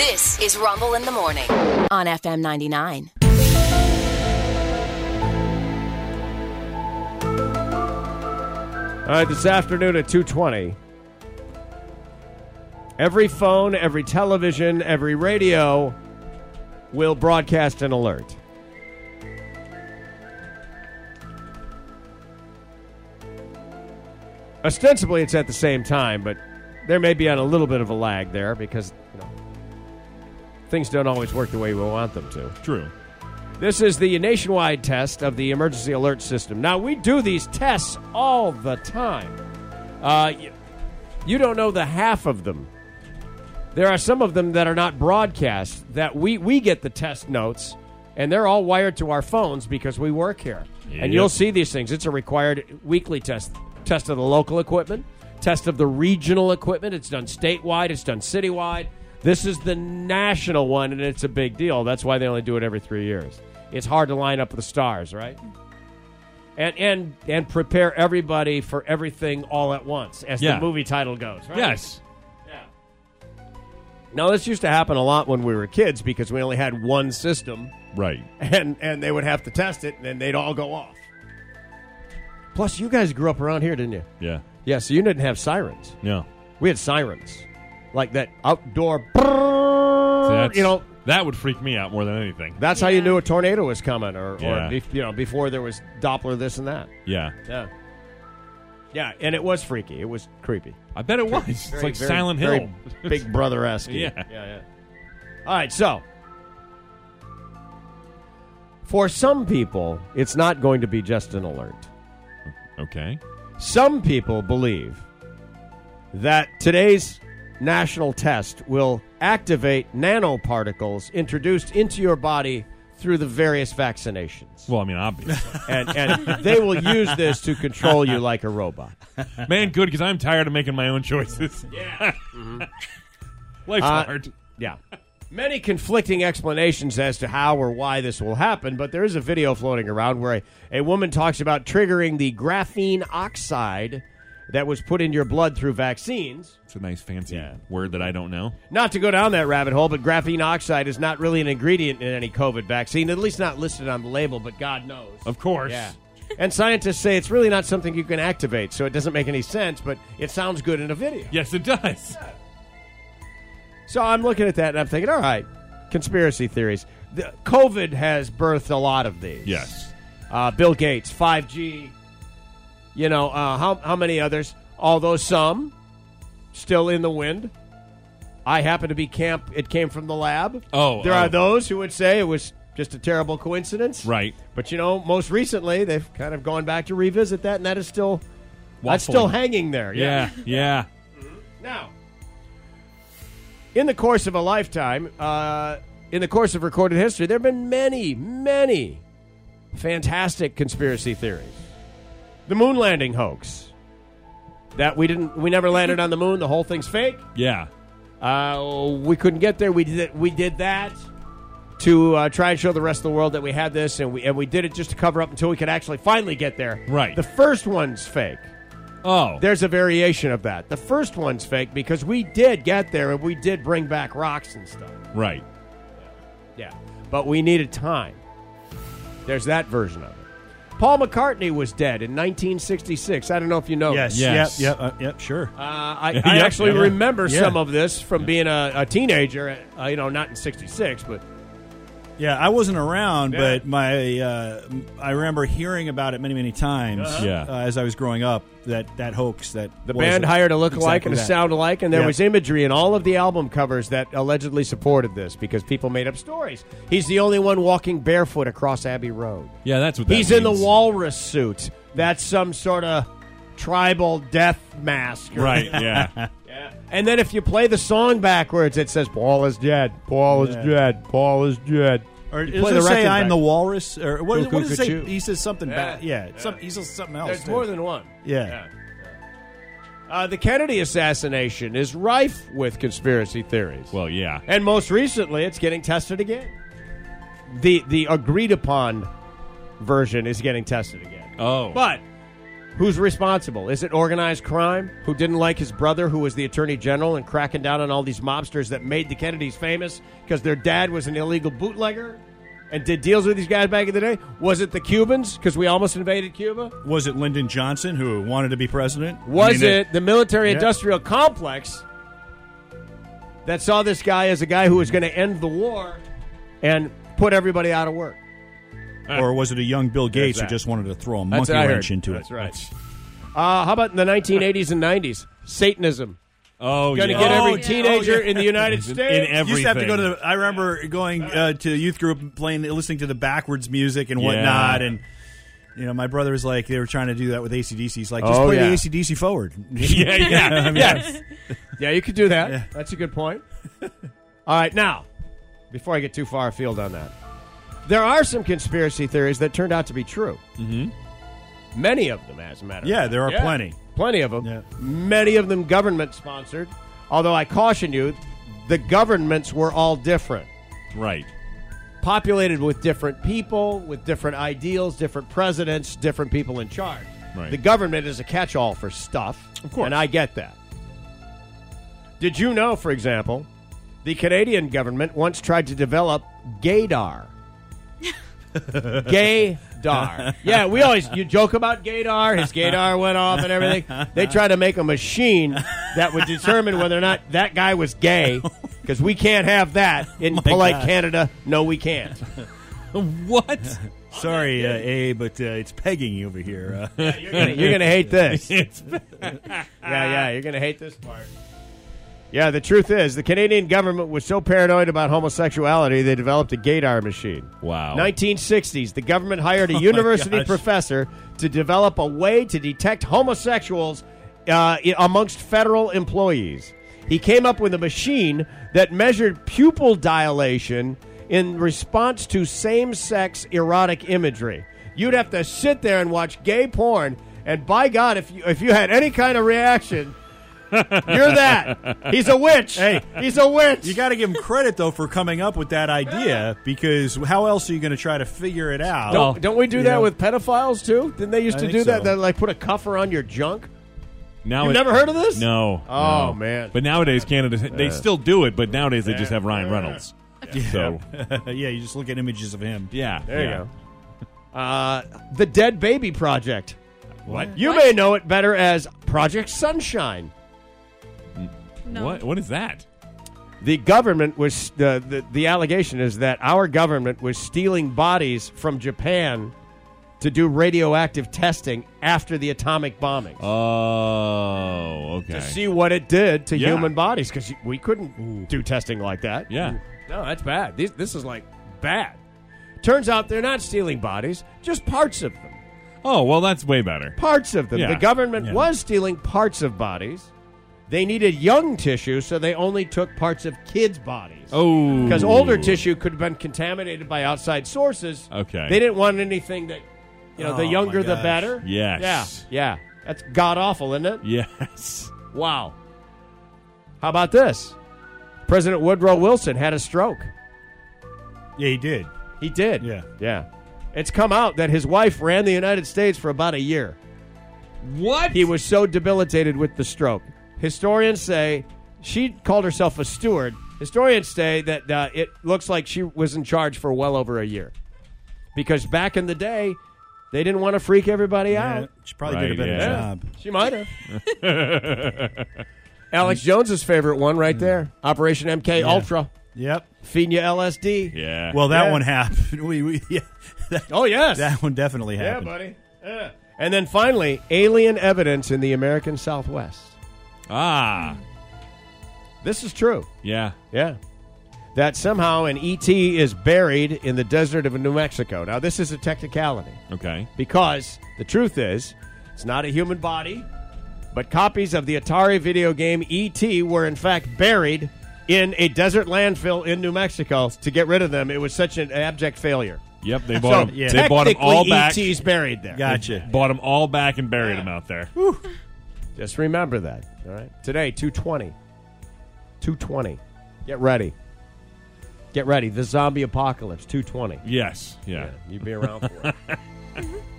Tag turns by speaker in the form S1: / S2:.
S1: This is Rumble in the Morning on FM 99.
S2: All right, this afternoon at 2:20. Every phone, every television, every radio will broadcast an alert. Ostensibly it's at the same time, but there may be on a little bit of a lag there because you know, things don't always work the way we want them to.
S3: True.
S2: This is the nationwide test of the emergency alert system. Now, we do these tests all the time. Uh, y- you don't know the half of them. There are some of them that are not broadcast that we, we get the test notes, and they're all wired to our phones because we work here.
S3: Yep.
S2: And you'll see these things. It's a required weekly test test of the local equipment, test of the regional equipment. It's done statewide, it's done citywide. This is the national one, and it's a big deal. That's why they only do it every three years. It's hard to line up the stars, right? And and and prepare everybody for everything all at once, as
S3: Yeah.
S2: the movie title goes. Right?
S3: Yes.
S2: Now this used to happen a lot when we were kids because we only had one system,
S3: Right.
S2: and and they would have to test it, and then they'd all go off. Plus, you guys grew up around here, didn't you?
S3: Yeah.
S2: Yeah, so you didn't have sirens.
S3: No.
S2: We had sirens, like that outdoor. brrrr, Uh,
S3: That's-
S2: you know,
S3: that would freak me out more than anything.
S2: that's how you knew a tornado was coming, or,
S3: Yeah.
S2: or bef- you know, before there was Doppler this and that.
S3: yeah.
S2: Yeah, yeah, and it was freaky. It was creepy.
S3: I bet it was. It's
S2: Very-
S3: like
S2: very-
S3: Silent
S2: very
S3: Hill.
S2: Big Brother esque.
S3: Yeah.
S2: yeah, yeah. All right, so for some people, it's not going to be just an alert.
S3: Okay.
S2: Some people believe that today's national test will activate nanoparticles introduced into your body through the various vaccinations.
S3: Well, I mean, obviously.
S2: And, and they will use this to control you like a robot.
S3: Man, good, because I'm tired of making my own choices. Yeah. Life's
S2: Uh,
S3: hard.
S2: Yeah. Many conflicting explanations as to how or why this will happen, but there is a video floating around where a, a woman talks about triggering the graphene oxide that was put in your blood through vaccines.
S3: It's a nice fancy
S2: Yeah.
S3: word that I don't know.
S2: Not to go down that rabbit hole, but graphene oxide is not really an ingredient in any COVID vaccine, at least not listed on the label, but God knows.
S3: Of course.
S2: Yeah. and scientists say it's really not something you can activate, so it doesn't make any sense, but it sounds good in a video.
S3: Yes, it does.
S2: So I'm looking at that and I'm thinking, all right, conspiracy theories. The, COVID has birthed a lot of these.
S3: Yes.
S2: Uh, Bill Gates, 5G, you know, uh, how, how many others? Although some still in the wind. I happen to be camp, it came from the lab.
S3: Oh,
S2: There
S3: oh.
S2: are those who would say it was just a terrible coincidence.
S3: Right.
S2: But, you know, most recently they've kind of gone back to revisit that, and that is still, that's
S3: Waffling.
S2: still hanging there.
S3: Yeah. Yeah.
S2: Now, in the course of a lifetime, uh, in the course of recorded history, there have been many, many fantastic conspiracy theories. The moon landing hoax. That we didn't, we never landed on the moon. The whole thing's fake.
S3: Yeah.
S2: Uh, we couldn't get there. We did, we did that to uh, try and show the rest of the world that we had this, and we and we did it just to cover up until we could actually finally get there.
S3: Right.
S2: The first one's fake.
S3: Oh.
S2: There's a variation of that. The first one's fake because we did get there and we did bring back rocks and stuff.
S3: Right.
S2: Yeah. But we needed time. There's that version of it. Paul McCartney was dead in 1966. I don't know if you know.
S4: Oh, Yes.
S2: this.
S3: Yes.
S4: Yep. Yep. Uh, yep. Sure.
S2: Uh, I,
S3: Yep,
S2: I actually
S3: yeah.
S2: remember
S4: Yeah.
S2: some of this from being a, a teenager, uh, you know, not in 66, but
S4: Yeah, I wasn't around,
S2: Yeah.
S4: but my uh, m- I remember hearing about it many, many times.
S3: Uh-huh. Yeah.
S4: uh, as I was growing up, that that hoax that
S2: the band hired a look-alike
S4: exactly
S2: and a
S4: that.
S2: sound-alike, and there
S4: Yeah.
S2: was imagery in all of the album covers that allegedly supported this because people made up stories. He's the only one walking barefoot across Abbey Road.
S3: Yeah, that's what that
S2: He's in the
S3: means.
S2: walrus suit. That's some sort of tribal death mask. or-
S3: Right. Yeah.
S2: And then if you play the song backwards, it says, Paul is dead. Paul is
S4: Yeah.
S2: dead. Paul is dead.
S4: Or
S2: You
S4: does
S2: play
S4: it
S2: the
S4: say
S2: record
S4: I'm
S2: back.
S4: the walrus? Or what,
S2: Cuckoo,
S4: what does it say?
S2: cuckoo.
S4: He says something
S2: Yeah.
S4: bad. Yeah,
S2: Yeah.
S4: Some, he says something else.
S2: There's
S4: too.
S2: more than one.
S4: Yeah.
S2: Uh, the Kennedy assassination is rife with conspiracy theories.
S3: well, yeah.
S2: And most recently, it's getting tested again. The the agreed upon version is getting tested again.
S3: Oh.
S2: But Who's responsible? Is it organized crime? Who didn't like his brother, who was the attorney general and cracking down on all these mobsters that made the Kennedys famous because their dad was an illegal bootlegger and did deals with these guys back in the day? Was it the Cubans because we almost invaded Cuba?
S4: Was it Lyndon Johnson who wanted to be president?
S2: Was
S4: I mean,
S2: it the military
S4: Yeah.
S2: industrial complex that saw this guy as a guy who was going to end the war and put everybody out of work?
S4: or was it a young Bill Gates who
S3: that.
S4: just wanted to throw a
S2: That's
S4: monkey
S2: what I heard.
S4: wrench into
S2: That's
S4: it?
S2: right. Uh, how about in the 1980s and 90s? Satanism.
S3: Oh,
S2: Going to
S3: yeah.
S2: get
S4: Oh,
S2: every
S4: yeah.
S2: teenager
S4: Oh, yeah.
S2: in the United
S3: In
S2: States.
S3: every-
S4: You used to have to go to
S3: Everything.
S4: the. I remember going uh, to youth group, playing, listening to the backwards music and
S3: Yeah.
S4: whatnot, and you know, my brother was like, they were trying to do that with ACDC. He's like, just
S2: Oh,
S4: play
S2: yeah.
S4: the ACDC forward.
S3: yeah, yeah,
S2: yes. yeah, you could do that.
S4: Yeah.
S2: That's a good point. All right, now, before I get too far afield on that, there are some conspiracy theories that turned out to be true. Mm-hmm. Many of them, as a matter of
S4: Yeah,
S2: fact.
S4: there are plenty.
S2: Plenty of them.
S4: Yeah.
S2: Many of them government sponsored. Although I caution you, the governments were all different.
S3: right.
S2: populated with different people, with different ideals, different presidents, different people in charge.
S3: Right.
S2: The government is a catch all for stuff. Of
S3: course.
S2: And I get that. Did you know, for example, the Canadian government once tried to develop gaydar? gaydar. Yeah, we always you joke about gaydar. His gaydar went off and everything. They tried to make a machine that would determine whether or not that guy was gay because we can't have that in polite
S4: God.
S2: Canada. No, we can't.
S3: What?
S4: Sorry, uh, A, but uh, it's pegging you over here. Uh,
S2: You're gonna- you're gonna hate this. yeah,
S3: it's
S2: yeah, you're gonna hate this part. Yeah, the truth is, the Canadian government was so paranoid about homosexuality, they developed a gaydar machine.
S3: Wow.
S2: 1960s, the government hired a university
S4: Oh gosh.
S2: professor to develop a way to detect homosexuals uh, i- amongst federal employees. He came up with a machine that measured pupil dilation in response to same sex erotic imagery. You'd have to sit there and watch gay porn, and by God, if you, if you had any kind of reaction, you're that. He's a witch. Hey, he's a witch.
S4: you got to give him credit though for coming up with that idea because how else are you going to try to figure it out?
S2: Don't, don't we do
S4: You
S2: that
S4: know?
S2: with pedophiles too? Didn't they used
S4: Oh. I
S2: to
S4: think
S2: do that?
S4: so.
S2: That like put a cuffer on your junk.
S3: now
S2: You've
S3: it-
S2: never heard of this?
S3: No.
S2: Oh,
S3: no.
S2: man.
S3: But nowadays, Canada they still do it, but nowadays they just have Ryan Reynolds. So
S4: yeah, you just look at images of him.
S3: yeah,
S2: There
S3: yeah.
S2: you go. Uh, the Dead Baby Project.
S3: What?
S2: You may know it better as Project Sunshine.
S5: No.
S3: What? What is that?
S2: The government was the, the the allegation is that our government was stealing bodies from Japan to do radioactive testing after the atomic bombing.
S3: Oh, okay.
S2: to see what it did to
S3: Yeah.
S2: human bodies because we couldn't do testing like that.
S3: Yeah.
S2: No, that's bad. These, this is like bad. Turns out they're not stealing bodies, just parts of them.
S3: Oh, well, that's way better.
S2: Parts of them.
S3: Yeah.
S2: The government
S4: Yeah.
S2: was stealing parts of bodies. They needed young tissue, so they only took parts of kids' bodies.
S3: Oh,
S2: Because older tissue could have been contaminated by outside sources.
S3: Okay.
S2: They didn't want anything that, you know, the
S4: Oh,
S2: younger
S4: my
S2: the
S4: gosh.
S2: better.
S3: Yes.
S2: Yeah. Yeah. That's god awful, isn't it?
S3: Yes.
S2: Wow. How about this? President Woodrow Wilson had a stroke.
S4: Yeah, he did.
S2: He did.
S4: Yeah.
S2: Yeah. It's come out that his wife ran the United States for about a year.
S3: What?
S2: He was so debilitated with the stroke. Historians say she called herself a steward. Historians say that uh, it looks like she was in charge for well over a year. Because back in the day, they didn't want to freak everybody
S4: Yeah,
S2: out.
S4: she probably
S3: Right,
S4: did a better
S3: yeah.
S4: job.
S2: She might have. Alex Jones's favorite one
S4: Hmm.
S2: right there Operation MK Ultra.
S4: Yep.
S2: feeding you LSD.
S3: Yeah.
S4: Well, that
S2: Yeah.
S4: one happened. We, we yeah, that,
S2: Oh yes.
S4: that one definitely happened.
S2: buddy. Yeah. And then finally, alien evidence in the American Southwest.
S3: ah,
S2: This is true.
S3: yeah.
S2: Yeah. That somehow an ET is buried in the desert of New Mexico. Now this is a technicality
S3: Okay.
S2: because the truth is it's not a human body, but copies of the Atari video game ET were in fact buried in a desert landfill in New Mexico. To get rid of them, it was such an abject failure.
S3: Yep. They bought
S2: so
S3: them. They bought them
S2: technically, E
S3: all back.
S2: ET's buried there.
S4: Gotcha.
S3: Bought them all back and buried them out there.
S2: Just remember that. All right. Today, 220. 220. Get ready. Get ready. The zombie apocalypse, 220.
S3: Yes. Yeah.
S2: You'd be around for it.